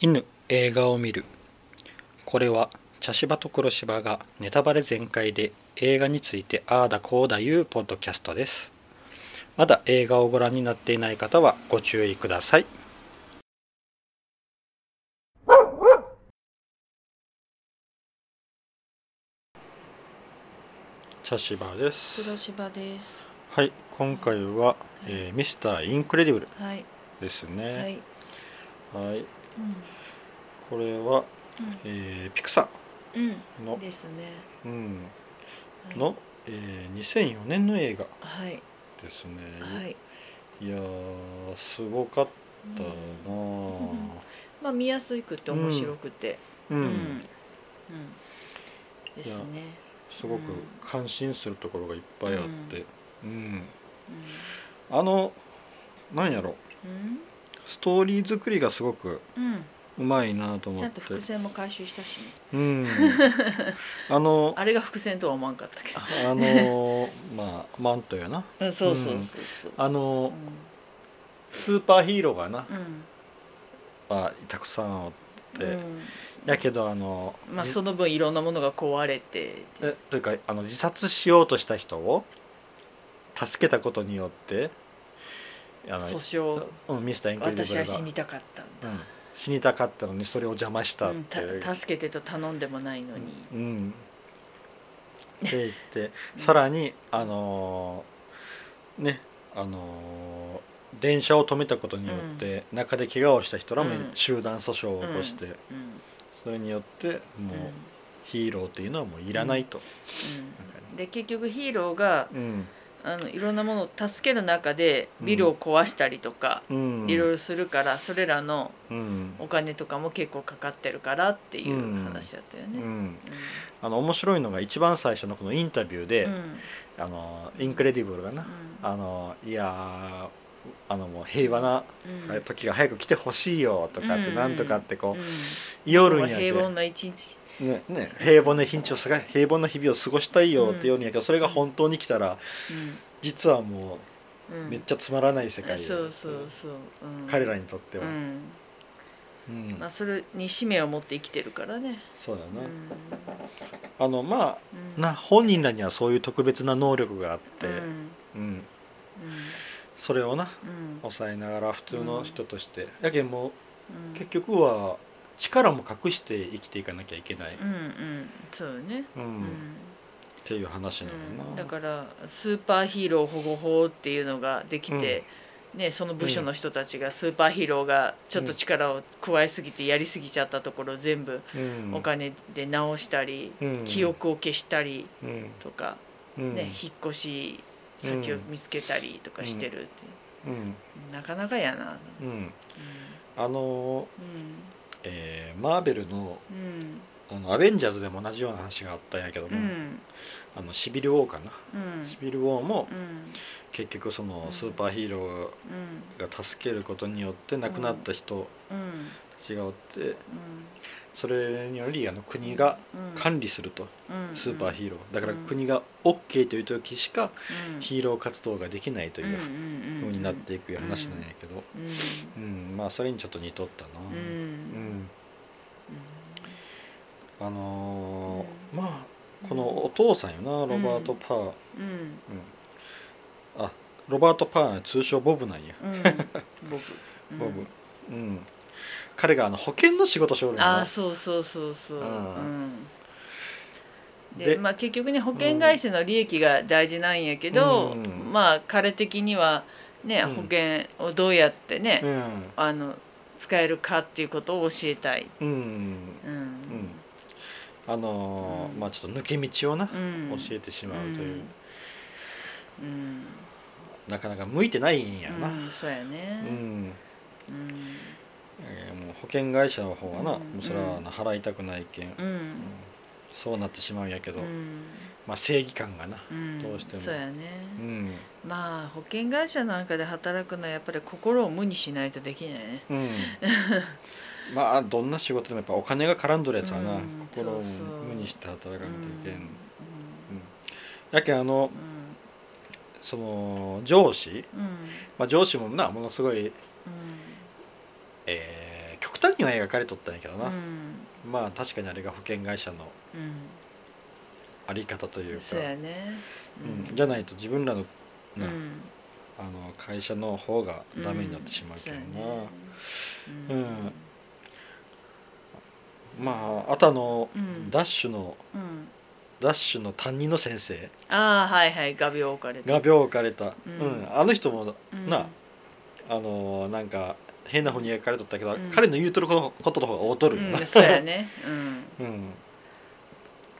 犬映画を見るこれは茶芝と黒芝がネタバレ全開で映画についてああだこうだいうポッドキャストですまだ映画をご覧になっていない方はご注意ください茶芝です黒芝です。はい今回は、えーミスターインクレディブルはい。ですはねい。はい、うこれは、えーピクサん。ーうん。の、ですね。うん、はいの、えー2004年の映画はい。ですね、はい。い、やーすごかったなあんまあ見やすくて面白くて。うん、ううん。ですね。すごく感心するところがいっぱいあって、うんあのなんやろうん。ストーリー作りがすごくうん。うまいなとうん。思ちゃっんてと伏線も回収したしね。うん あのあれが伏線とは思わんかったけど。あ のまあマントやなうん、そうそうそうそう。あのうスーパーヒーローがな、ん。うん。まあ、たくさんおって、うんやけどあの、まあじその分いろんなものが壊れて。えというかあの自殺しようとした人を助けたことによってあの訴訟。うん、ミスター・インクレディ私ブルはが死にたかったんうだん。死にたかったのにそれを邪魔したっうんて、たうん助けてと頼んでもないのに、って言ってうんさらにあのーねあのー電車を止めたことによって、中で怪我をした人らもうん集団訴訟を起こして、うんそれによってもう、うんヒーローっていうのはもういらないと、うん、で結局ヒーローがうんあのいろんなものを助ける中でうんビルを壊したりとか、うん、いろいろするからそれらのうん、お金とかも結構かかってるからっていう話だったようね。ん、あの面白いのが一番最初のこのインタビューで、うんあのインクレディブルがな、あのいやーあのもう平和なうん時が早く来てほしいよとかって、うんなんとかってこう、うん言おるんやけ平凡な一日ねね、平凡な日々をすが平凡な日々を過ごしたいよって言うんやけど、それが本当に来たら実はもうんううんめっちゃつまらない世界よそうそうそう、うん彼らにとっては、ううんんまあ、それに使命を持って生きてるからね。そうだうな、んあのまうんあな本人らにはそういう特別な能力があって、ううんんそれをなうん抑えながら普通の人として、やけんもううん結局は力も隠して生きていかなきゃいけない、うんうんそうよね、うんうっていう話なのうよんな、だからスーパーヒーロー保護法っていうのができて、ね、その部署の人たちがスーパーヒーローがちょっと力を加えすぎてやりすぎちゃったところを全部うんお金で直したり、うん記憶を消したりうんとか、うんね、引っ越し先を見つけたりとかしてるってうんいうなかなかやな。うんあのーうえーマーベルのんうんあのアベンジャーズでも同じような話があったんやけども、うんあのシビル・ウォーかな、うんシビル・ウォーもうん結局そのうんスーパーヒーローが助けることによって亡くなった人うんうんたちがおってそれによりあの国がうん管理すると、スーパーヒーーローだからうん国が OK という時しかロヒーロー活動ができないというふううになっていくいう話なんやけど、うんうんまあそれにちょっと似とったな、うんうんあのーうんまあこのお父さんよなロバート・パー、うんうんあロバート・パーは通称ボブなんや、うんボブボうブんうん彼があの保険の仕事しょるんやあなあそうそうそうそううんうんででまあ結局ね保険会社の利益が大事なんやけどうんまあ彼的にはねうん保険をどうやってうねんあの使えるかっていうことを教えたいうんうんんあのーうんまあちょっと抜け道をな、うん教えてしまうという、うんなかなか向いてないんやな、うんそうやうねんうんえーもう保険会社の方はな、うもんうそれはな払いたくないけん、ううんんそうなってしまうんやけど、うんまあ正義感がな、んどうしてもそうやね、うんまあ保険会社なんかで働くのはやっぱり心を無にしないとできないねうん まあどんな仕事でもやっぱお金が絡んどるやつはな、うん心をそうそう無にして働かんといけん、うんうんやけんあのその上司、うんうんまあ、上司もなものすごい、うんえー極端には描かれとったんやけどうんな、まあ確かにあれが保険会社のうあり方というんかそうやねうんじゃないと自分らの,、うんなあの会社の方がダメになってしまうけどな、そうやねうんまああとあの、うんダッシュのうんうんダッシュの担任の先生ああはいはい画鋲置かれてが病を置かれた、ううんんあの人もうんなあのなんか変な方に描かれとったけど、うん彼の言うとることことの方が劣るよな、うんそうやねうん うん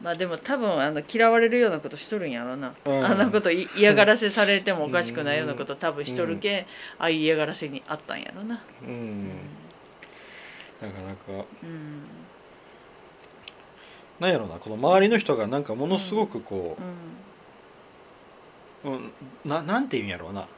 まあでも多分あの嫌われるようなことしとるんやろな、うんあんなことい嫌がらせされてもおかしくないようなこと多分しとるけん、ああいう嫌がらせにあったんやろなう、うんなかなかうんなんやろなこの周りの人がなんかものすごくこうんう、うんななんていうんやろうな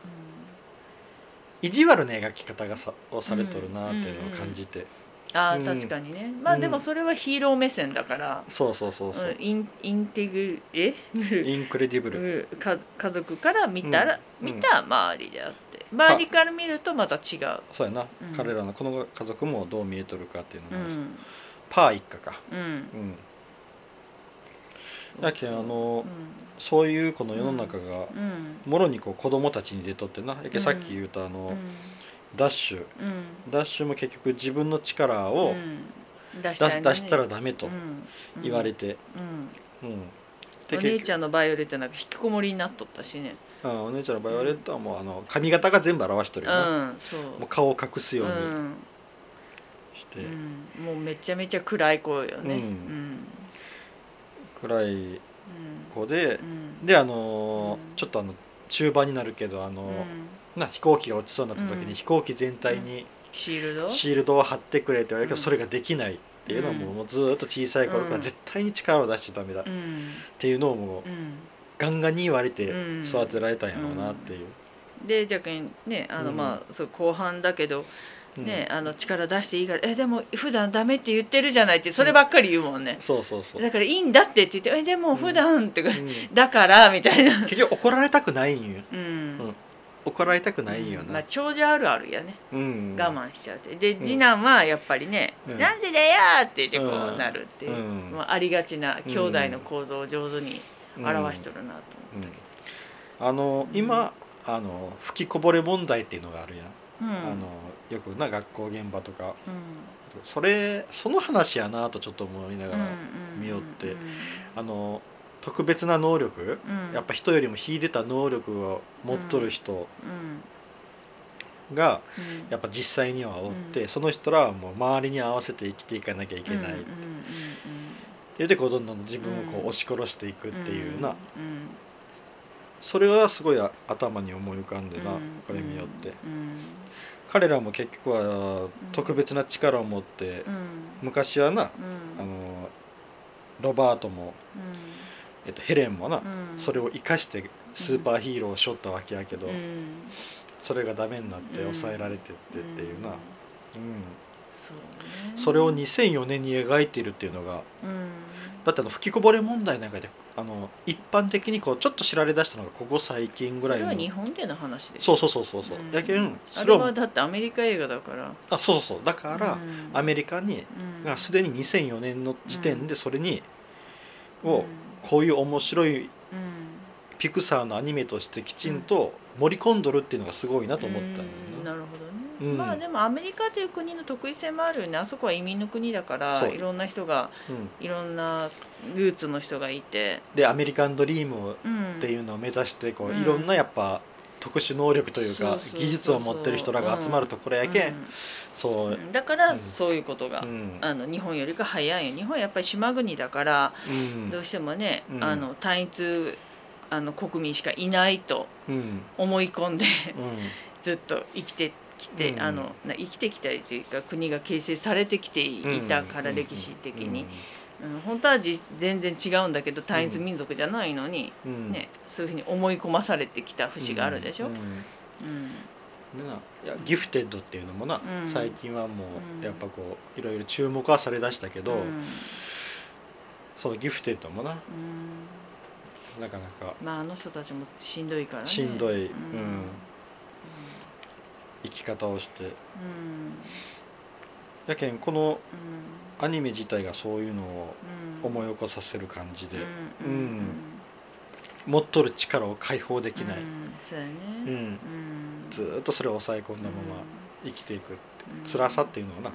意地悪な描き方がさをされとるなっていうのを感じて、ああうん確かにね、まあでもそれはヒーロー目線だから、そうそうそうそうう、ん、インインテグえインクレディブル、うんか家族から見たら、うん見た周りであって周りから見るとまた違うそうやな、うん彼らのこの家族もどう見えとるかっていうのうが、んパー一家かうんうんだけどあのうそういうこの世の中が、んうんもろにこう子供たちに出とってなやけさっき言うとあの、ダッシュうんダッシュも結局自分の力をうん出出したし,、いの出にしたらダメとうん言われて、うんうんおで姉結ちゃんのバイオレットなんか引きこもりになっとったしね局うんお姉ちゃんのバイオレットはもうあの髪型が全部表してうるよな、んそうもう顔を隠すようにんして、うんもうめちゃめちゃ暗い子よねううんんうん暗い子でう、んであのーうんちょっとあの中盤になるけどあのー、な飛行機が落ちそうになった時に、うん飛行機全体にシールドシールドを貼ってくれって言われるけど、うんそれができないっていうのはもう,、うんもうずーっと小さい頃かうらん絶対に力を出しちゃダメだっうんていうのをもううガンガンに言われてうん育てられたんやろうなっていう。んで逆にねあのうんまあそう後半だけどうんねあの力出していいからえでも普段ダメって言ってるじゃないってそればっかり言うもんねそうそうそう。だからいいんだってって言ってえでも普段ってかうんだからみたいな結局怒られたくないんよ。うん、うん怒られたくないんようんまなあ。長女あるあるやねうん我慢しちゃうってでうん次男はやっぱりね「うんなんでだよ!」って言ってこうなるっていう、うんまあ、ありがちな兄弟の行動を上手に表しとるなとうんあの今あの吹きこぼれ問題っていうのがあるやん。思う、うんあのよくな学校現場とかうんそれその話やなとちょっと思いなうんがら、うん見よってうんあの特別な能力、うんやっぱ人よりも秀でた能力を持っとる人うんうんが、うんやっぱ実際にはおって、うんその人らはもう周りに合わせて生きていかなきゃいけない、うんうんででこうどんどん自分をこう押し殺していくっうんていうな、うんそれはすごい頭に思い浮かんでな、うんこれ見よってうん彼らも結局は特別な力を持って、うん昔はなうんあのロバートも、えっと、ヘレンもな、うんうんそれを生かしてスーパーヒーローをしょったわけやけど、うんそれがダメになってうん抑えられてってっていうな、うんそうねそれを2004年に描いているっていうのがうんだってあの吹きこぼれ問題なんかであの一般的にこうちょっと知られだしたのがここ最近ぐらいそれは日の本での話でしそょうそうそうそうそう、んやけんあそれれははだってアメリカ映画だからあそうそうそうだから、アメリカにリがすでに2004年の時点でそれに、をうこういう面白いんピクサーのアニメとしてきちんと盛り込んどるっていうのがすごいなと思ったんだようんな、なるほどね、うんまあでもアメリカという国の特異性もあるよねあそこは移民の国だからそういろんな人がうん、いろんなルーツの人がいて、でアメリカンドリームをうん、っていうのを目指してこう、うんいろんなやっぱ特殊能力というかそうそうそうそう、技術を持ってる人らが集まるところやけん、そううんだかうらんそういうことが、うんあの日本よりか早いよ日本はやっぱり島国だから、うんどうしてもね、うんあの単一あの国民しかいないとうん思い込んで うんずっと生きてきて、うんあのな生きてきたりというか国が形成されてきていたから、歴史的に、うん、本当はじ全然違うんだけど単一民族じゃないのに、うんうんね、そういうふうに思い込まされてきた節があるでしょ。ううんんでないやギフテッドっていうのもな、うん最近はもうんうやっぱこういろいろ注目はされだしたけど、うんそのギフテッドもなうんなかなかまああの人たちもしんどいからねしんどい、ううんん生き方をしてうんやけんこのうアニメ自体がそういうのをんうん、思い起こさせる感じで、うんうんうん持っとる力を解放できない、うん、そうやね、うんうん、ずーっとそれを抑え込んだまま生きていく辛さっていうのはなうん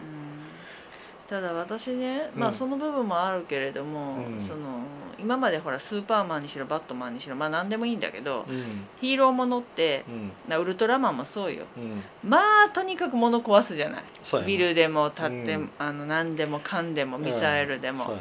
ただ私ね、まあうんその部分もあるけれども、うんその今までほらスーパーマンにしろバットマンにしろまあ何でもいいんだけど、うんヒーローものってうんなウルトラマンもそうようんまあとにかく物壊すじゃない、そうやなビルでも建って、うんあの何でもかんでもミサイルでもうん、そう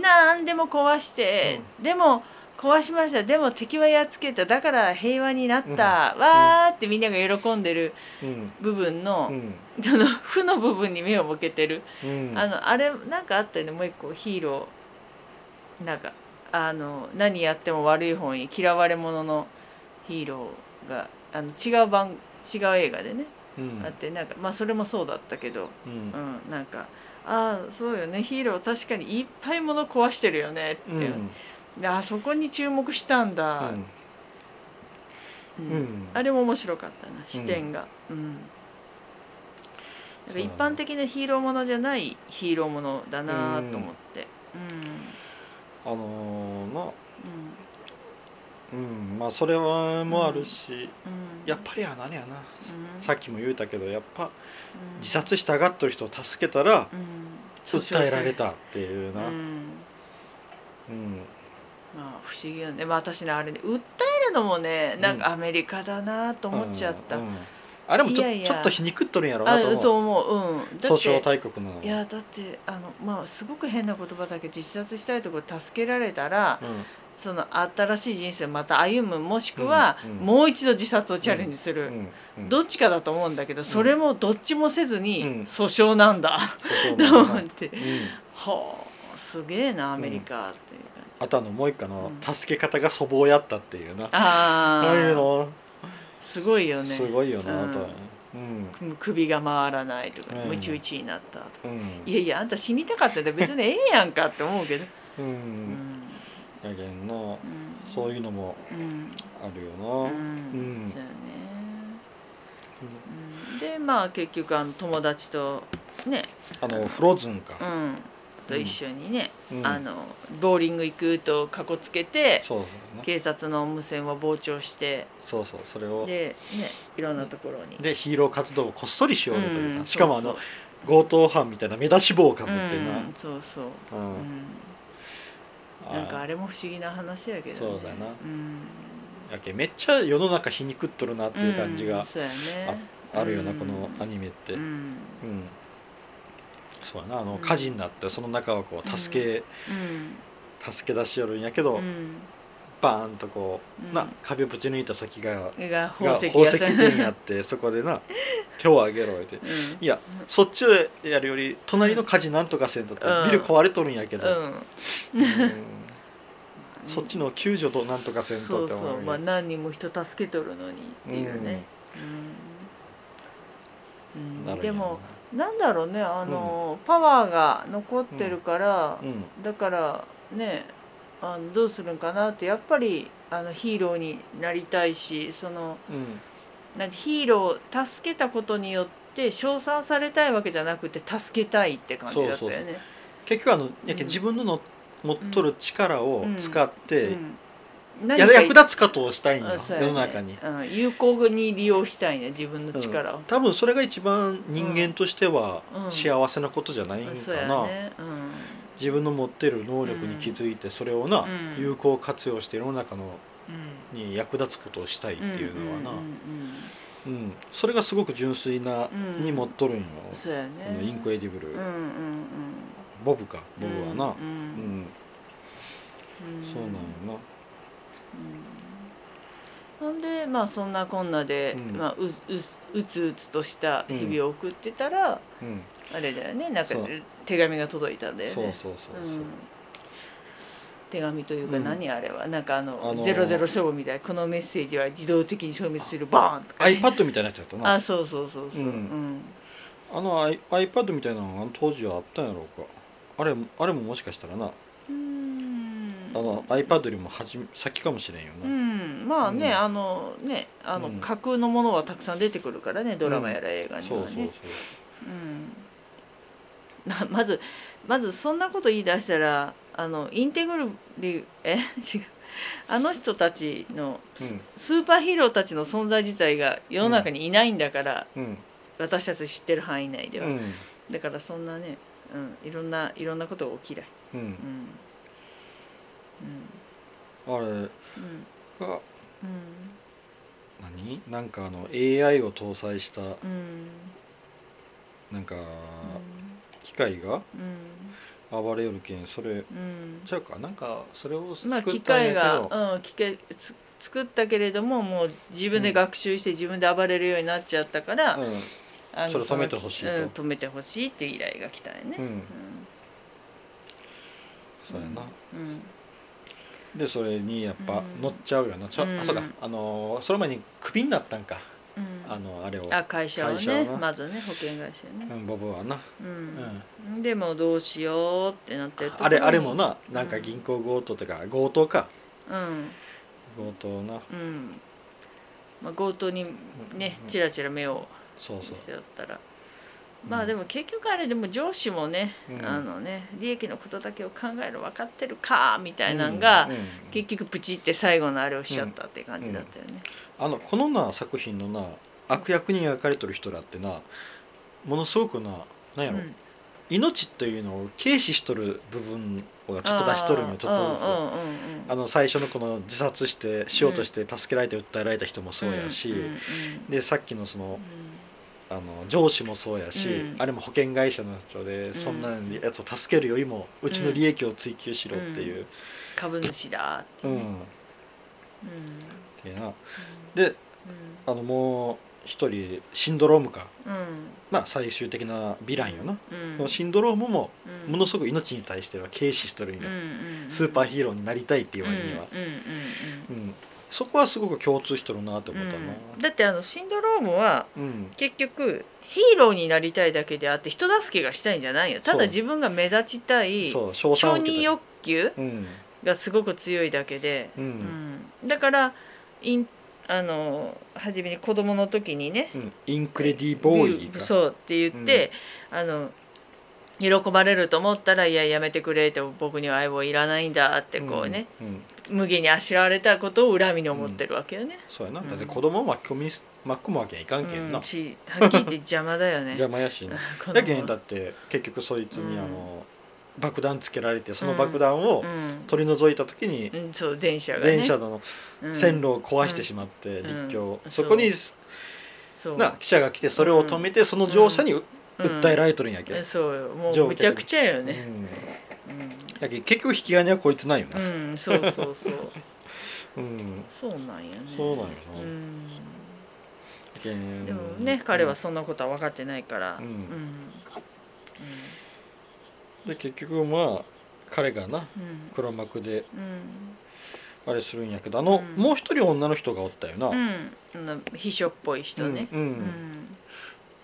やななんでも壊して、でも壊しましたでも敵はやっつけただから平和になった、わーってみんなが喜んでるうん部分の、うんその負の部分に目を向けてる、うんあのあれなんかあったよねもう一個ヒーローなんかあの何やっても悪い方に嫌われ者のヒーローがあの違う番違う映画でね、うんあってなんかまあそれもそうだったけど、うんうん、なんかああそうよねヒーロー確かにいっぱい物壊してるよねって、うんであそこに注目したんだ、うんうんあれも面白かったな視点が、うんなんか一般的なヒーローものじゃないヒーローものだなと思ってあのーまあうんうんうんまあそれはもあるし、うんやっぱりあれやな、うんさっきも言うたけどやっぱうん自殺したがっとる人を助けたらうん訴えられたっていうな、ううんんまあ不思議よね、まあ、私ねあれね訴えるのもねなんかアメリカだなと思っちゃった、うんうんあれもちょいやいやちょっと皮肉っとるんやろうあなとる思うと思う、うん、だ訴っ訟て大国なのいやだってあの、まあ、すごく変な言葉だけど自殺したいところ助けられたら、うんその新しい人生をまた歩むもしくは、うんうんもう一度自殺をチャレンジする、うんうんどっちかだと思うんだけどそれもどっちもせずにうん訴訟なんだ、訴訟となの思なって、うんはあすげえなアメリカっていう感じ、あとあのもう一個あのうん助け方が粗暴やったっていうな、あああいうあのすごいよねすごいよなとうんうん首が回らないとかうんムチ打ちになったとか、うんいやいやあんた死にたかったら別にええやんかって思うけど、ううんんやけんなうんそういうのもうんあるような、うんんそうよねうんでまあ結局あの友達とね、あのフローズンうか、ん、と一緒にね、うんあのボーリング行くとかこつけてそうそうな警察の無線を傍聴してそうそうそれをででねいろんなところに。ヒーロー活動をこっそりしようというな、うんしかもあのそうそ強盗犯みたいな目出し帽をかぶうってな、うんそうそう、ううんん、なんかあれも不思議な話やけど、ね、そうだなうん、やけんめっちゃ世の中皮肉っとるなっていう感じうがんそうやねあるような、うんこのアニメって、うんうん、そうやなあのうん火事になってその中をこう助け、うん助け出しよるんやけど、うんバーンとこう、うんな壁をぶち抜いた先がが宝が石宝屋石さん店やってそこで な手を挙げろってうんいやそっちでやるより隣の火事なんとかせんとって、うんビル壊れとるんやけど、ううんん、そっちの救助となんとかせんとって思うそうそう、まあ、何人も人助けとるのにっていうね、うんうんなるんやなでもなんだろうねあの、パワーが残ってるからう、んだからねあのどうするんかなってやっぱりあのヒーローになりたいしそのうんなんかヒーローを助けたことによって称賛されたいわけじゃなくて助けたいって感じだったよね。結局あのやけうん自分のの持っとる力を使って、うん何やかる役立つことをしたいんだ、あそうや世ねの中に、うん、有効に利用したいね自分のうん力を、多分それが一番人間としてはうん幸せなことじゃないんかそうやな、ねうん自分の持ってる能力に気づいてそれをな、うん有効活用して世の中のに役立つことをしたいってうんいうのはな、うんうんうんそれがすごく純粋な、うんに持っとるんよ、うんそうやねこのインクエディブル、うんうんうんボブかボブはなう、うんんうんそうなんよなうんほんでまあそんなこんなで、うんまあ、うううつうつとした日々を送ってたら、うん、あれだよねなんかそう手紙が届いたんだよねそうそうそうそう、うん手紙というかうん何あれは、なんかあの、あのーゼロゼロ勝負みたいなこのメッセージは自動的に消滅するバーンとか、 iPad みたいになっちゃったなあそうそうそうそうううんん、あのアイ iPad みたいなのが当時はあったんやろうかあれあれももしかしたらなうんあの iPad よりもはじめ先かもしれんよな、うんまあね、うんあのねあの、うん架空のものはたくさん出てくるからねドラマやら映画に そうはそうそうね、うんままずまずそんなこと言い出したらあのインテグリえ 違うあの人たちのうんスーパーヒーローたちの存在自体が世の中にいないんだから、うん私たち知ってる範囲内では、うんだからそんなね、うん、いろんないろんなことが起きない、うんうんうんあれうんがうん何なんかあの AI を搭載したうんなんか機械がう暴れよるけんそれんうんちゃうかなんかそれをまあ作機ったんやけ械が、ど、うん、機械つ作ったけれどももう自分で学習して自分で暴れるようになっちゃったから、うんあのそれ止めてほしいとうん、止めてほしいっていう依頼が来たんやね、うんんそうやな、うんでそれにやっぱうん乗っちゃうよな、ちょうんあそうかあのーその前にクビになったんかうんあのあれを、あ会社をね会社をなまずね保険会社ねうん、ボブはな、ううんん、でもどうしようってなってるとこあろにれあれもななんうかん銀行強盗とか強盗かうん強盗なうん、まあ、強盗にねうんチラチラ目をそうそう背負ったらうんまあでも結局あれでも上司もね、うんあのね利益のことだけを考える分かってるかみたいなのが、うんうん結局プチって最後のあれをしちゃったって感じだったよね。あのこのな作品のな悪役に描かれてる人らってなものすごくななんやろ、うん命というのを軽視しとる部分をちょっと出しとるんよちょっとずつ、うんうんうんうんあの最初のこの自殺してしようとして助けられて訴えられた人もそうやし、うんうんうんでさっきのそのあうの上司もそうやし、うんあれも保険会社の人で、んそんなやつを助けるよりもうちの利益を追求しろっていう、ん株主だってういんうっね、うんうんていうなであのもう一人シンドロームかうんまあ最終的なヴィランよな、うんそのシンドロームもうんものすごく命に対しては軽視してるんよ、うんうんスーパーヒーローになりたいっていう割には、うんうんうんううんんそこはすごく共通してるなと思ったなうんだってあのシンドロームはうん結局ヒーローになりたいだけであって人助けがしたいんじゃないよたそだう自分が目立ちたい承そう賞賛を受け認たり欲求うんがすごく強いだけで、うんうんだからインあの初めに子供の時にねうんインクレディボーイかそうって言って、あの喜ばれると思ったら「いややめてくれ」って「僕には相棒いらないんだ」ってこうね、、んうん無下にあしらわれたことを恨みに思ってるわけよね。そうやなうんだって子供を巻き込みす巻き込むわけにはいかんけんな、うんしはっきり言って邪魔だよね。邪魔やし な子供やけんだって結局そいつにうんあの、爆弾つけられてその爆弾をうん取り除いた時に、うん、そう電車がね電車のうん線路を壊してしまって、うん立教を、うんそこにそうな記者が来てそれを止めてその乗車に訴えられとるんやけ、うんそうよも乗う客むちゃくちゃようんね、やけん結局引き金はこいつなんような、ん、うん、そうそうそう うんそうなんやねそうなんよなうんやけんでもね彼はそんなことは分かってないからうんうんで結局まあ彼がなうん黒幕でうんあれするんやけどあの、うんもう一人女の人がおったよな、うんあの秘書っぽい人ねうんうんうん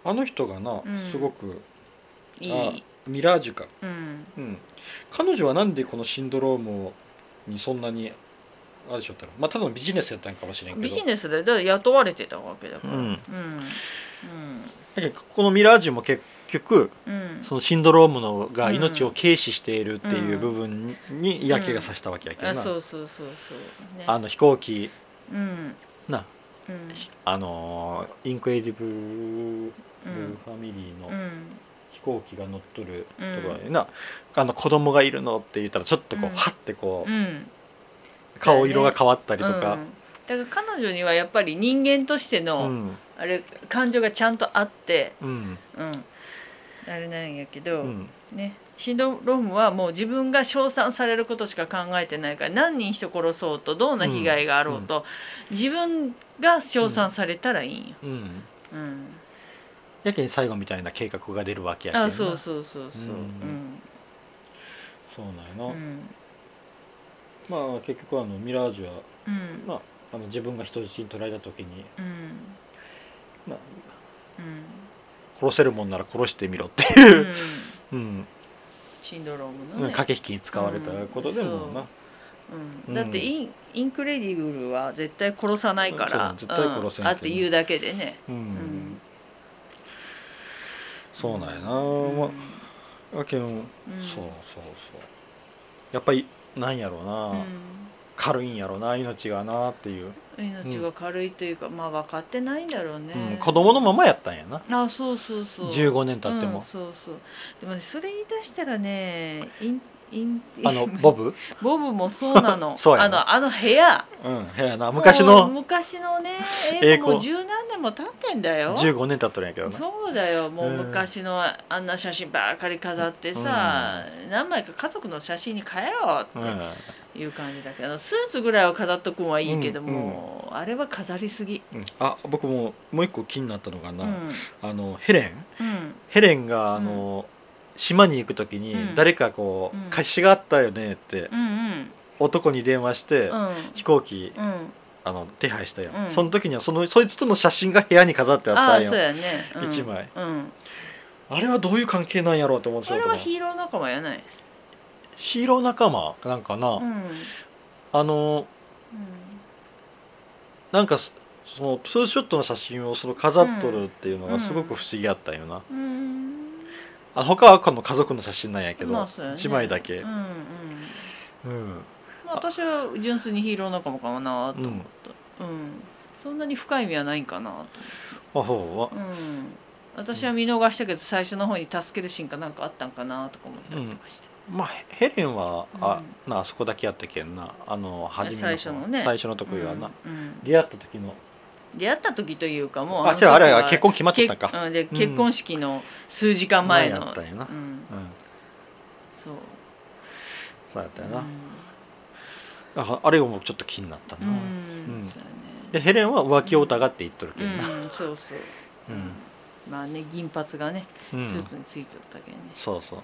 あの人がな、うんすごくいあいミラージュか、うんうん、彼女はなんでこのシンドロームをにそんなにあれでしょったのまあただのビジネスやったんかもしれんけどビジネスでだから雇われてたわけだからうんうんだけどこのミラージュも結局うんうんそのシンドロームのがうん命を軽視しているっていう部分に嫌気がさしたわけやけどあな、そうそうそうそうねあの飛行機うんなうんあのーインクレディブルフうんァミリーの、うん飛行機が乗っとるところにな、あの子供がいるのって言ったらちょっとこう、うんはってこう、うん顔色が変わったりとかうん、だから彼女にはやっぱり人間としてうの、んあれ感情がちゃんとあって、うんうん、あれなんやけうど、んね、シンドロームはもう自分が称賛されることしか考えてないから何人人殺そうとどんな被害があろうと、自分が称賛されたらいいんよ。うんうんやけに最後みたいな計画が出るわけやけんなあそうそうそうそう。うんそうなんやな、うんうんまあ結局あのミラージュは、うんまあ、あの自分が人質に取られた時に、うんまあ、う殺せるもんなら殺してみろって んいうう、んうんシンドロームうのんね。駆け引きに使われたことでもな、うんう、うんんだってイン,、インクレディブルは絶対殺さないからそう絶対殺せんけどねうんあって言うだけでね、うんうんそうなんやな、うんまあやけん、うそんうそうそうやっぱりなんやろうな、軽いんやろうな命がなっていう、うん、命が軽いというか、まあ分かってないんだろうね、うん、子供のままやったんやなあそうそうそう15年経ってうんも、そうそうでもねそれ言い出したらねインインあのボブ、 ボブもそうなの そうやあなのあの部屋うん、部屋な昔もうの昔のね栄映光画もう十何年も経ってんだよ15年経っとるんやけどなそうだよもううん昔のあんな写真ばっかり飾ってさ、何枚か家族の写真に変えろうっんていう感じだけど、スーツぐらいは飾っとくんはいいけどうんうんも、あれは飾りすぎうんあ僕ももう一個気になったのがうな、んあのヘレンうんヘレンがあの、島に行く時にうん誰かこう、うん貸しがあったよねってうんうん男に電話して、うん飛行機うんあの手配したよ、うんその時にはそのそいつとの写真が部屋に飾ってあったああんよそうあやね、うん一枚うんれはどういう関係なんやろうと思ってしこまっれたなはヒーロー仲間やないヒーロー仲間なんかな、うんうんあのなんかそそのツーショットの写真をその飾っとるっていうのうがんすごく不思議やったんよな、うんあ他はこの家族の写真なんやけど、まあそうやね1枚だけ、ううんんうんまあ私は純粋にヒーロー仲間かもなうと思っんた、うんそんなに深い意味はないんかなとあほうん私は見逃したけど最初の方に助けるシーンかなんかあったんかなとか思ったりとかして、うまあヘヘレンはあ,、なあそこだけやったけんなあの初めの最初のね最初の得意はな、うんうん出会った時の出会った時というかもうあの違時うはあれは結婚決まっとったんけか、うんでうん結婚式の数時間前のやったんやな、うんうん、そうそうやったような、んだからあれをもうちょっと気になったな、うんうんそうでヘレンは浮気を疑って言っとるけやどねな、うんそうそううんまあね銀髪がねうんスーツについてったけんね、そうそう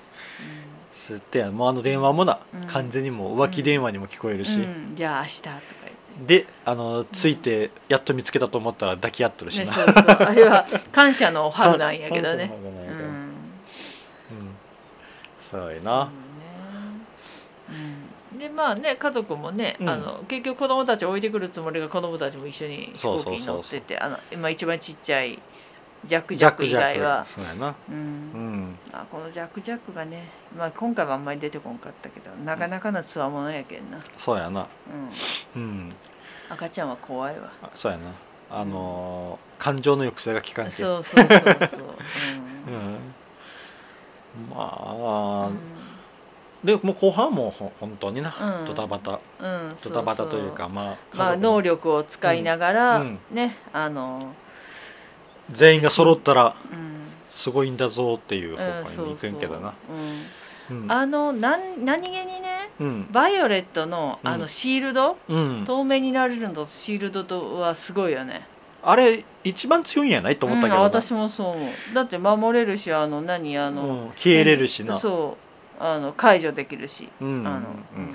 吸ってやもうあの電話もな、うん完全にもう浮気電話にも聞こえうるんし、うんじゃあ明日とかであのついてやっと見つけたと思ったら抱き合っとる言って、しね、な、そうそうあれは感謝のハグなんやけどね感謝のハグなんうやけどんうんそうやな、うんねうんでまあね家族もね、うんあの結局子供たちを置いてくるつもりが子供たちも一緒に飛そう行機そうそうそうに乗っててあの今一番ちっちゃいジャックジジャャッックク以ジャッ外クはそうやなうんうんまあ、このジャック・ジャックがね、まあ、今回はあんまり出てこんかったけどなかなかなつわものやけんな、うん、そうやなうん赤ちゃんは 怖いわあそうやなあのー感情の抑制が効かんけんそうそうそうそう、う うんんまあ、うでもう後半はもうほ本当にな、うんドタバタんうん、ドタバタというかそまあうそうまあ、家族の能力を使いながら、うんねあの全員が揃ったらうん、すごいんだぞっていううん、方向に行くんけどな、そうそう、うんうん、あのなん何気にねうんバイオレットのあうのんシールド、うん透明になれるのとシールドとはすごいよねあれ一番強いんやないと思ったけどな、うん、私もそう思うだって守れるしあの何あの、うん消えれるしな、そうあの解除できるし、うんうんあのうん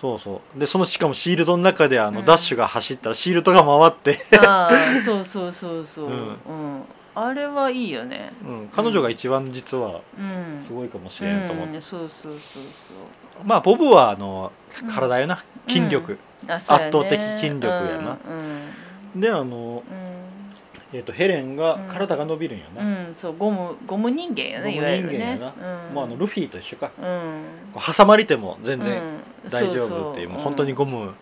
そうそうでそのしかもシールドの中であの、うんダッシュが走ったらシールドが回って、ああそうそうそうそう、ううんんあれはいいよねうん、彼女が一番実はうんすごいかもしれんと思って、うん、そうそうそうまあボブはあのそう体やな、うん筋力、うんあそうやね圧倒的筋力やなうんであの、うえー、とヘレンがうん体が伸びるんやん、うな、んうん、そうゴムゴム人間やねいわゆるねゴム人間やうん、まあ、あのルフィと一緒かうんこう挟まれても全然うん大丈夫っていう,、もう本当にゴム、ム、うん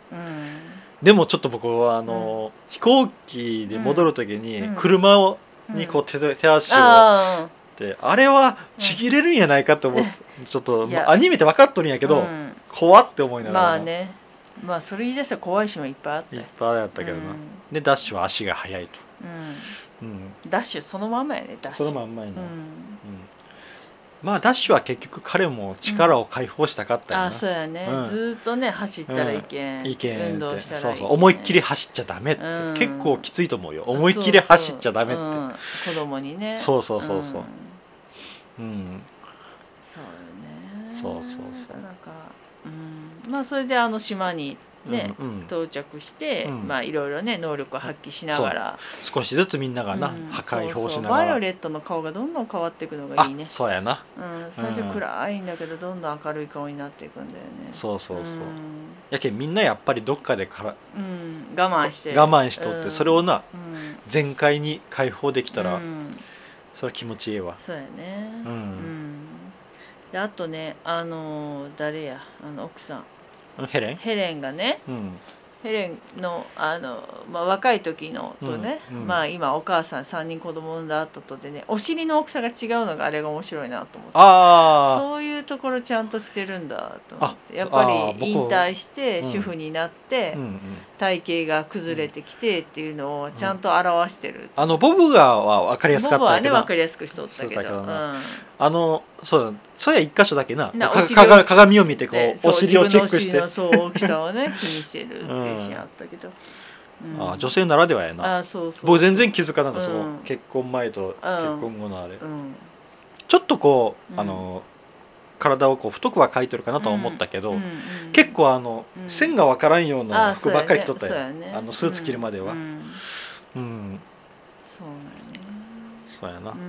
でもちょっと僕はあの、飛行機で戻る時にうん車を、うんにこう手で手足をやああって、あれはちぎれるんやないかと思って、ちょっと、いやまあアニメって分かっとるんやけど、うん怖って思いながらまなあねまあそれ言い出したら怖いシーンはいっぱいあったいっよぱいあったけどな、でダッシュは足が速いと、うんうん、うんダッシュそのまんまやねダッシそュのまんまにな、ううんんまあダッシュは結局彼も力を解放したかったよあな、そうやね、うんずーっとね走ったらいけん、いけんって運動したらいけそんうそう思いっきり走っちゃダメって、うん結構きついと思うよ思いっきり走っちゃダメってそううそううん子供にねそうそうそうそうんんそうよねそうそうそうなんか、うん、まあそれであの島にね、うんうん到着して、うんまあいろいろね能力を発揮しながら少しずつみんながな、うん破壊そう法そしうなバがイらオレットの顔がどんどん変わっていくのがいいねあそうやなうん、最初暗いんだけどどんどん明るい顔になっていくんだよねそうそうそう、んやけんみんなやっぱりどっかでからうん、我慢して我慢しとって、うんそれをなうん全開に解放できたら、うんそれは気持ちいいわそうやねうんうんであとねあのー誰やあの奥さんあのヘレンヘレンがねうんヘレンのあの、まあ、若い時のとね、うんうんまあ今お母さん3人子供産んだ後とでねお尻の大きさが違うのがあれが面白いなと思ってあそういうところちゃんとしてるんだと思ってあやっぱあー僕り引退してうん主婦になっあ、てうんうん、体型が崩れてきてっていうのをちゃんと表してる、あのボブがは分かりやすかボっブたはけねど、分かりやすくしとったけしとどったけどなうんあのそうだそうや一箇所だけななかお尻をかが鏡を見てこう、ねそうお尻をチェックして自分のお尻のそう大きさをね気にしてるっていうシーンあったけど、うんあ女性ならではやなあそうそう僕全然気づかなかった、うんその結婚前と結婚後のあれ、うんちょっとこう、うんあの体をこう太くは描いてるかなとは思ったけど、結構あの、うん線が分からんような服ばっかり着とったよ、よねあのスーツ着るまではうんうんうん、そうなんやそうやな、ね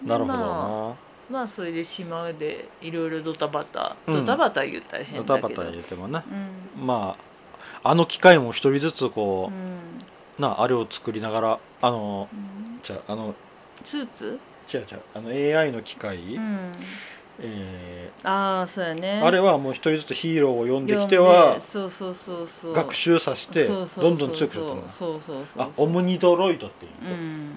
うんなるほどな、でまあまあそれで島でいろいろドタバタ、うんドタバタ言ったら変だドけどタバタ言ってもな、うんまああの機械も一人ずつうこんう、なあれを作りながらあのうんじゃああのスーツ、違う違うあの AI の機械、うん、えああそうやねーあれはもう一人ずつヒーローを呼んできて読んはでそうそうそうそう学習させてそうそうそうどんどん強くなったのそうそうそうあオムニドロイドっていうう、ん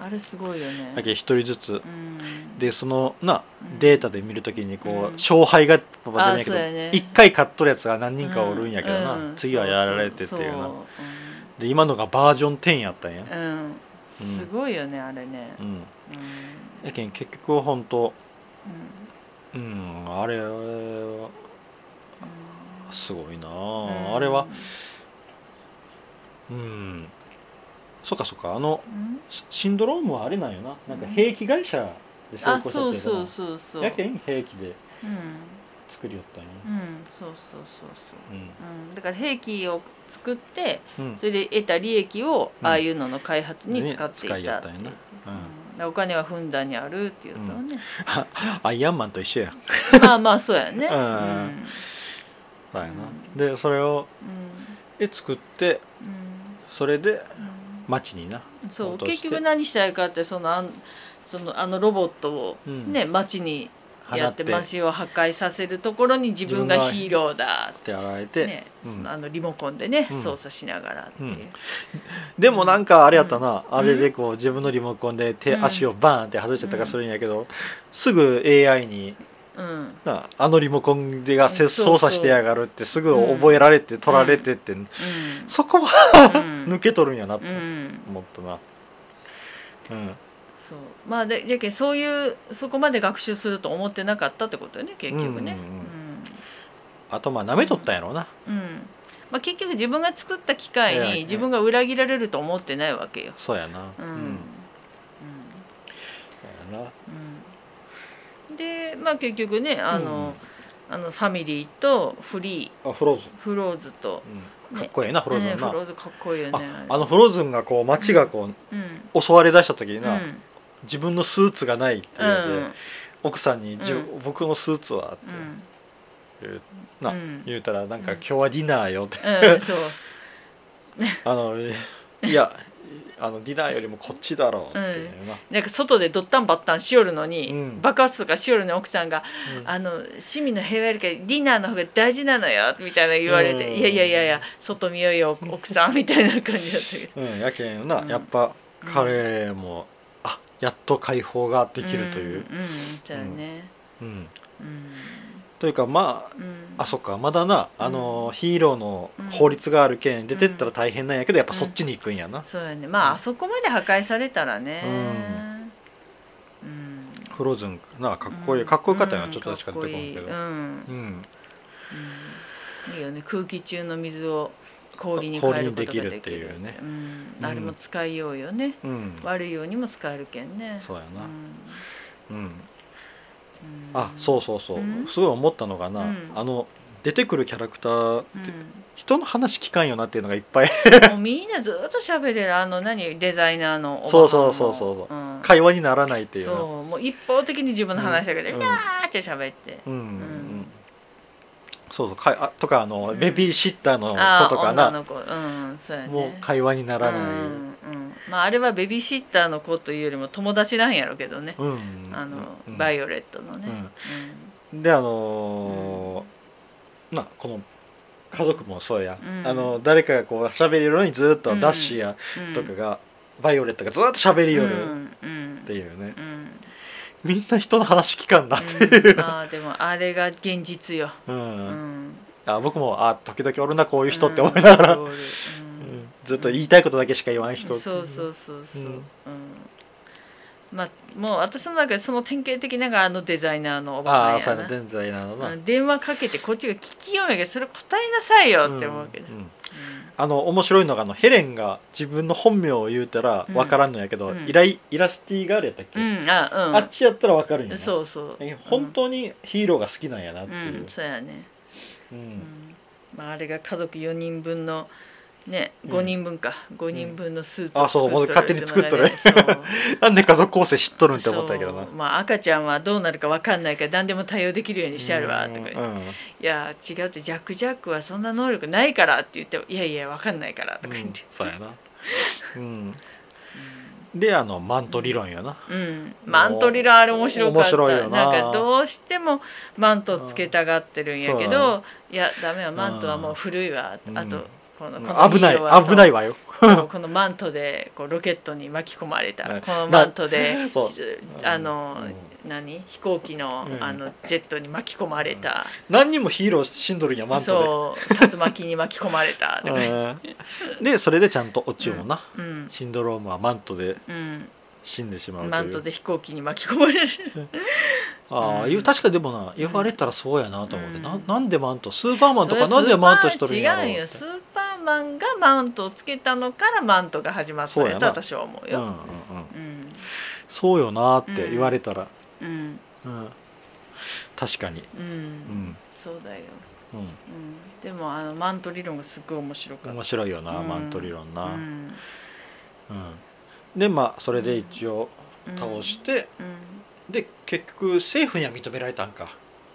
あれすごいよねだけど一人ずつうんでそのなうんデータで見るときにこう、うん勝敗がパパ出ないけあそうやねど一、回勝っとるやつが何人かおるんやけどな、うんうん次はやられてっていうなそで今のがバージョン10やったんやそ、ううんうんすごいよねあれねうん、うんやけん結局本当うんうんあれはすごいなうあ、んあれはうんそっかそっかあのうんシシンドロームはあれなんよななんか兵器会社で成あ功しそたっうていうそうかそうそうなやけん兵器でうん作りよったんや、うんそうそうそううそうんうんだから兵器を作ってうんそれで得た利益をうんああいうのの開発に使ってねい使いやたったんやなうんお金はふんだんにあるっていうとね、アイアンマンと一緒やまあまあそうやねうんそうやなでそれをうんうんで作ってそれでうん街になうんそう落として結局何したいかってそのあんそのあのロボットを、うんね街に放やっっててっ街を破壊させるところに自分がヒーローだって洗えて、て、ねうんそのあのリモコンでね、うん操作しながらっていう、うんでもなんかあれやったな、うんあれでこう自分のリモコンで手、うん足をバーンって外してたうかんするんやけど、すぐ AI にうんなあのリモコンでがせうんそう操そう作してやがるってすぐうん覚えられて取られてって、そこはうん抜け取るんやなっうてん思ったなうん、そうまあでじゃけんそういうそこまで学習すると思ってなかったってことよね結局ねうんうんうんあとまあ舐めとったんやろうな、うん、うんまあ、結局自分が作った機械ええに自分が裏切られると思ってないわけよ、そうやなうんそうやなうんでまあ結局ねあの、あのファミリーとフリあフローズーフローズと、ン、うん、かっこええな、フローズねンな、フローズかっこいいよねあのフローズンがこう街がこうんう襲われだした時にうな、ん自分のスーツがないってういうので、ん奥さんに、じゅう僕のスーツは?」うんって言う,、なうん言うたら「なんかうん今日はディナーよ」ってうんそう「 あのいいやあのディナーよりもこっちだろ」っていうな、なんか外でドッタンバッタンしよるのに、うん爆発とかしよるの奥さんがうんあの市民の平和よりかディナーの方が大事なのよみたいな言われて、うんいやいやいやいや外見ようよ奥さんみたいな感じだったけどうんやけんな、うんやっぱ彼も、あやっと解放ができるという、うん、うん、そうやねうんうんというかまあうんあそっかまだなあの、ヒーローの法律があるけん出てったら大変なんやけどやっぱそっちに行くんやな、そうやねまあ、うんあそこまで破壊されたらねうん、フローズンなかっこいい、かっこよかったよな、ちょっとしか出てこなないけどうんううんん、いいよね空気中の水を氷に変えることができる氷にできるっていうねうんうんあれも使いようよね、うん、悪いようにも使えるけんねそうやな、んうん、うんあそうそうそう、うんすごい思ったのがな、うんあの出てくるキャラクターって、う人の話聞かんよなっていうのがいっ ぱいん、もうみんなずっと喋れるあの何デザイナーのおばはんそうそうそうそうそうん会話にならないっていうなそうもう一方的に自分の話だけで、ううんん、ーって喋って、うん、うんんそうそうかいあとかあの、うんベビーシッターのあ子あとか女なの子うんそうやねもう会話にならない、うんうんまあ、あれはベビーシッターの子というよりも友達なんやろうけどね、うんあのうんバイオレットのね、うんうんであのーまあこの家族もそうや、うんあの誰かがこう喋るのにずっとうんダッシュやうんとかが、バイオレットがずっと喋りようるんうんっていうね、うんうんみんな人の話聞かんなっていう、ああでもあれが現実よ、ううんん、あ僕もあ時々おるなこういう人って思いうんながら、おるおるうんうんずっと言いたいことだけしか言わん人っていそうそうそうそう、ううんんまあもう私の中でその典型的なのがあのデザイナーのおばさんあやあそうやなな現在なのな、うん電話かけてこっちが聞きようやけどそれ答えなさいよって思うけど、んんあの面白いのがあのヘレンが自分の本名を言うたら分からんのやけど、うんイライイラスティガールやったっけ、うん、うんあうんあっちやったら分かるんやなそうそうえ本当にヒーローが好きなんやなってういう、んそうやね、うんうんまあ、あれが家族4人分のねうん5人分か、5人分のスーツあそうも作っとるう勝手にっていうのがねなんで家族構成知っとるんってそう思ったんやけどなそうまあ赤ちゃんはどうなるかわかんないから何でも対応できるようにしてあるわとか言って、うんうんいや違うってジャック・ジャックはそんな能力ないからって言ってもいやいやわかんないからとか言って、そうやな、うん、であのマント理論やな、うん、うんマントリラあれ面白かった面白いよなんかどうしてもマントつけたがってるんやけそうだど、いやダメよマントはもう古いわ、うんあとこのこうんの危ないヒーローは危ないわよそうこのマントでこうロケットに巻き込まれた、はいこのマントで そうあの、う何飛行機の,、うんあのジェットに巻き込まれた、何にもヒーローしんどるんやマントそう竜巻に巻き込まれたでとか、うんでそれでちゃんと落ちような、うんシンドロームはマントでうん、死んでしまうというマントで飛行機に巻き込まれるああうんいう確かにでもな言われたらそうやなと思って、うんななんでマントスーパーマンとかなんでマントしとるんやろそれうっ違うてよスーパーマンがマウントをつけたのからマントが始まったんそうややとな私は思ううんうんうよ、ん、うんそうよなって言われたら、うんうん、確かに、うんうんそうだよ、ううん、でもあのマント理論がすっごい面白かん、っ面白いよな、うんマント理論な、た、ううんんでまあそれで一応うん倒して、うで結局政府には認められたんか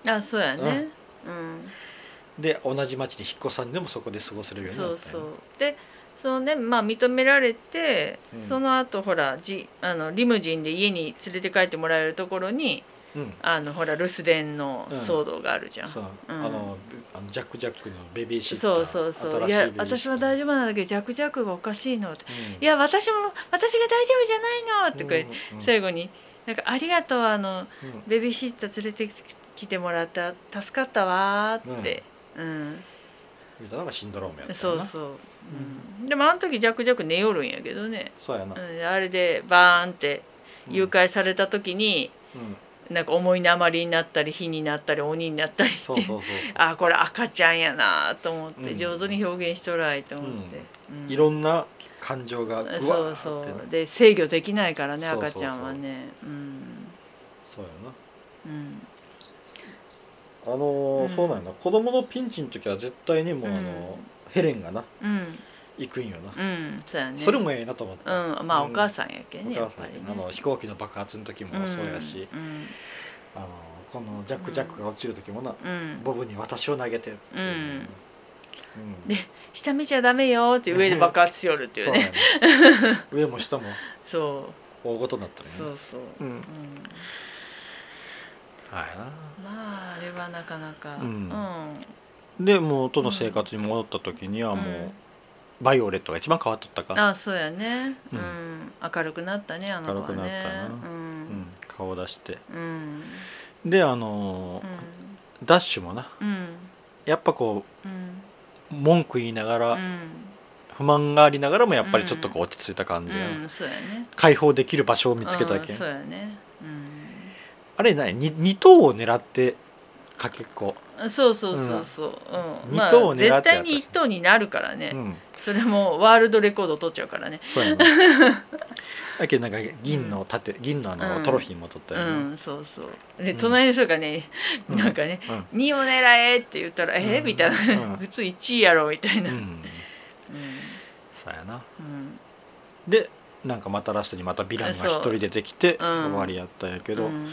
ん、あそうやね、うんで同じ町に引っ越さんでもそこで過ごせるようになそっうたんそやうでそのねまあ認められて、うんその後ほらじあのリムジンで家に連れて帰ってもらえるところにうんあのほら留守電の騒動があるじゃん、そう、うんあのあのジャック・ジャックのベビーシッタそーうそうそう新しいやベビーシッター私は大丈夫なんだけどジャクジャクがおかしいのってうんいや私も私が大丈夫じゃないのってこれ、うんうん最後になんかありがとうあのうんベビーシッター連れてきてもらった助かったわーって、うん言うたのがシンドロームやったそようなそう、うん、でもあの時ジャクジャク寝よるんやけどね、そうやな、うん、あれでバーンってうん誘拐された時に、うんなんか思い鉛になったり火になったり鬼になったりしてそうそうそうあこれ赤ちゃんやなと思って、うん上手に表現しとらいと思って、うんいろんな感情がぐそわーうってそなうで制御できないからねそうそう赤そうちゃんはねうんそうやなうんあのーうんそうなんやな子供のピンチの時は絶対にもう、あのうんーヘレンがなうん行くんよな、うんそうやねそれもええなと思った、うんまあうおん母さんやけおねや母っさぱんりやねなあの飛行機の爆発の時もそうやし、うんあのーこのジャック・ジャックが落ちる時もな、うんうんボブに私を投げてっていのがうんで下見ちゃダメよって上で爆発しよるっていう そうやねな 上も下もそう大ごとになったねそうそうううんんはいなまああれはなかなかううんんでもうとの生活に戻った時にはもう、うんバイオレットが一番変わっとったか、あそうやねううんん明るくなったねあの子明るはねくなったなううんん、顔出してうんであのーダッシュもなうんうんやっぱこうんう文句言いながら、不満がありながらもやっぱりちょっとこう落ち着いた感じや、うん、そうやね解放できる場所を見つけたけ、うんんそうやねあれ何に二頭を狙ってかけっこ、うんそうそうそうそう、うん二まあ等を狙ってやった絶対に一等になるからね、うんそれもワールドレコード取っちゃうからねそうやな だけどなんか銀の盾、銀のあの、うんトロフィーも取ったうよな、んそうそうでうん隣の人がね、うんなんかねうん「2を狙え!」って言ったら「えうんみたいな、うん普通1位やろみたいうな、うんんそうやなうんでなんかまたラストにまたヴィランが一人出てきてそううん終わりやったんやけど、うん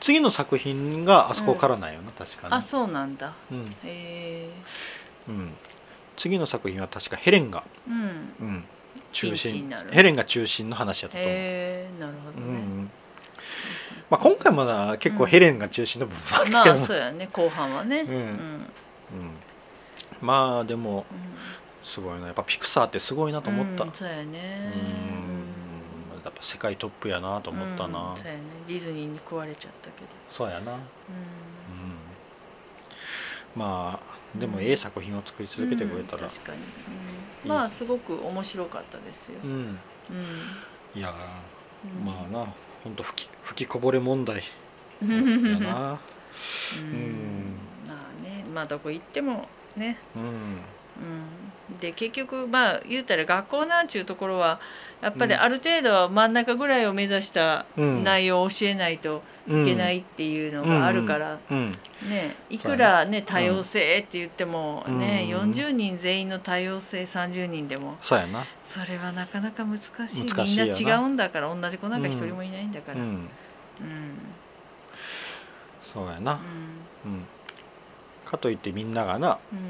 次の作品があそこからなんよな、確かあにそうなんだうんへえうん次の作品は確かヘレンが、うんうん、中ピンチ心になるヘレンが中心の話やったと思う。へえなるほうどね、んまあ、今回もな結構ヘレンが中心の部分はあまった あけどそうやね後半はねうんうんうんまあでもすごいなやっぱピクサーってすごいなと思った、うんそうやうねんやっぱ世界トップやなと思ったな、うんそうやねディズニーに食われちゃったけどそうやな、うん、うまあでもうんええ作品を作り続けてくれたうらん、確かに、いうんいまあすごく面白かったですよう、んうんいやーうんまあなほんと吹き吹きこぼれ問題うや んなうんまあねまあどこ行ってもね、うんうん、で結局まあ言うたら学校なんちゅうところはやっぱりある程度は真ん中ぐらいを目指したうん内容を教えないといけないっていうのがあるから、うんね、いくら、ね、多様性って言っても、ねうん40人全員の多様性30人でもそうやなそれはなかなか難しい難しいよなみんな違うんだから同じ子なんか一人もいないんだかうら、うんんそうやなうんかといってみんながなうんうん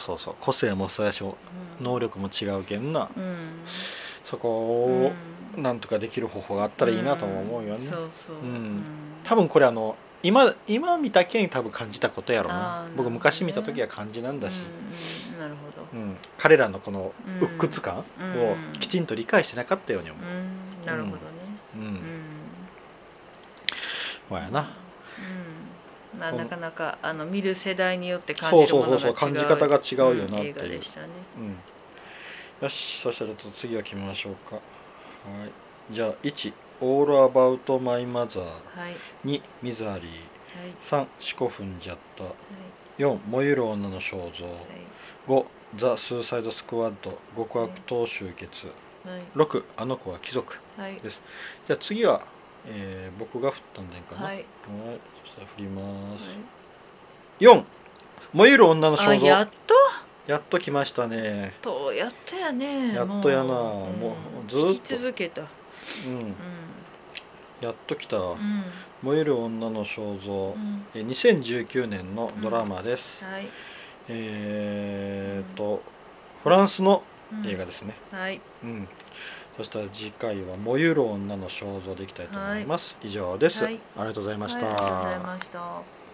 そうそう個性もそうやしうん能力も違うけんなうんそこうをんなんとかできる方法があったらいいなとも思うよねそうそう、ううんん多分これあの今今見たけん多分感じたことやろあーななるほどね僕昔見た時は感じなんだし、うんうんなるほど、うん彼らのこのうん鬱屈感をうんきちんと理解してなかったように思ううん、なるほどね、うん、うんまあやなうんまあ、なかなかあの見る世代によって感そうじそるもうのそがう違うそう感じ方が違うよなってい映画うで、したねうんよしそしたらちょっと次は決めましょうかはいじゃあ1「オールアバウト・マイ・マザーはいはい」 2「ミザリー」3「四股踏んじゃった」は4「燃ゆる女の肖像」5「ザ・スーサイド・スクワッド」極悪党集結いはい6「あの子は貴族」はいはいですじゃあ次は、えー僕が振ったんでんかなはいいそしたら振ります、4燃ゆる女のあ肖像ややっとっと来ましたねとやっとやねやっとやなもうもうずんーっと聞き続けたうんうんやっと来た、うん燃える女の肖像う、んえー2019年のドラマです、はいえーっとフランスの映画でですねはいうん、そしたら次回は「燃ゆる女の肖像」でいきたいと思います、以上です、はいありがとうございました、はいありがとうございました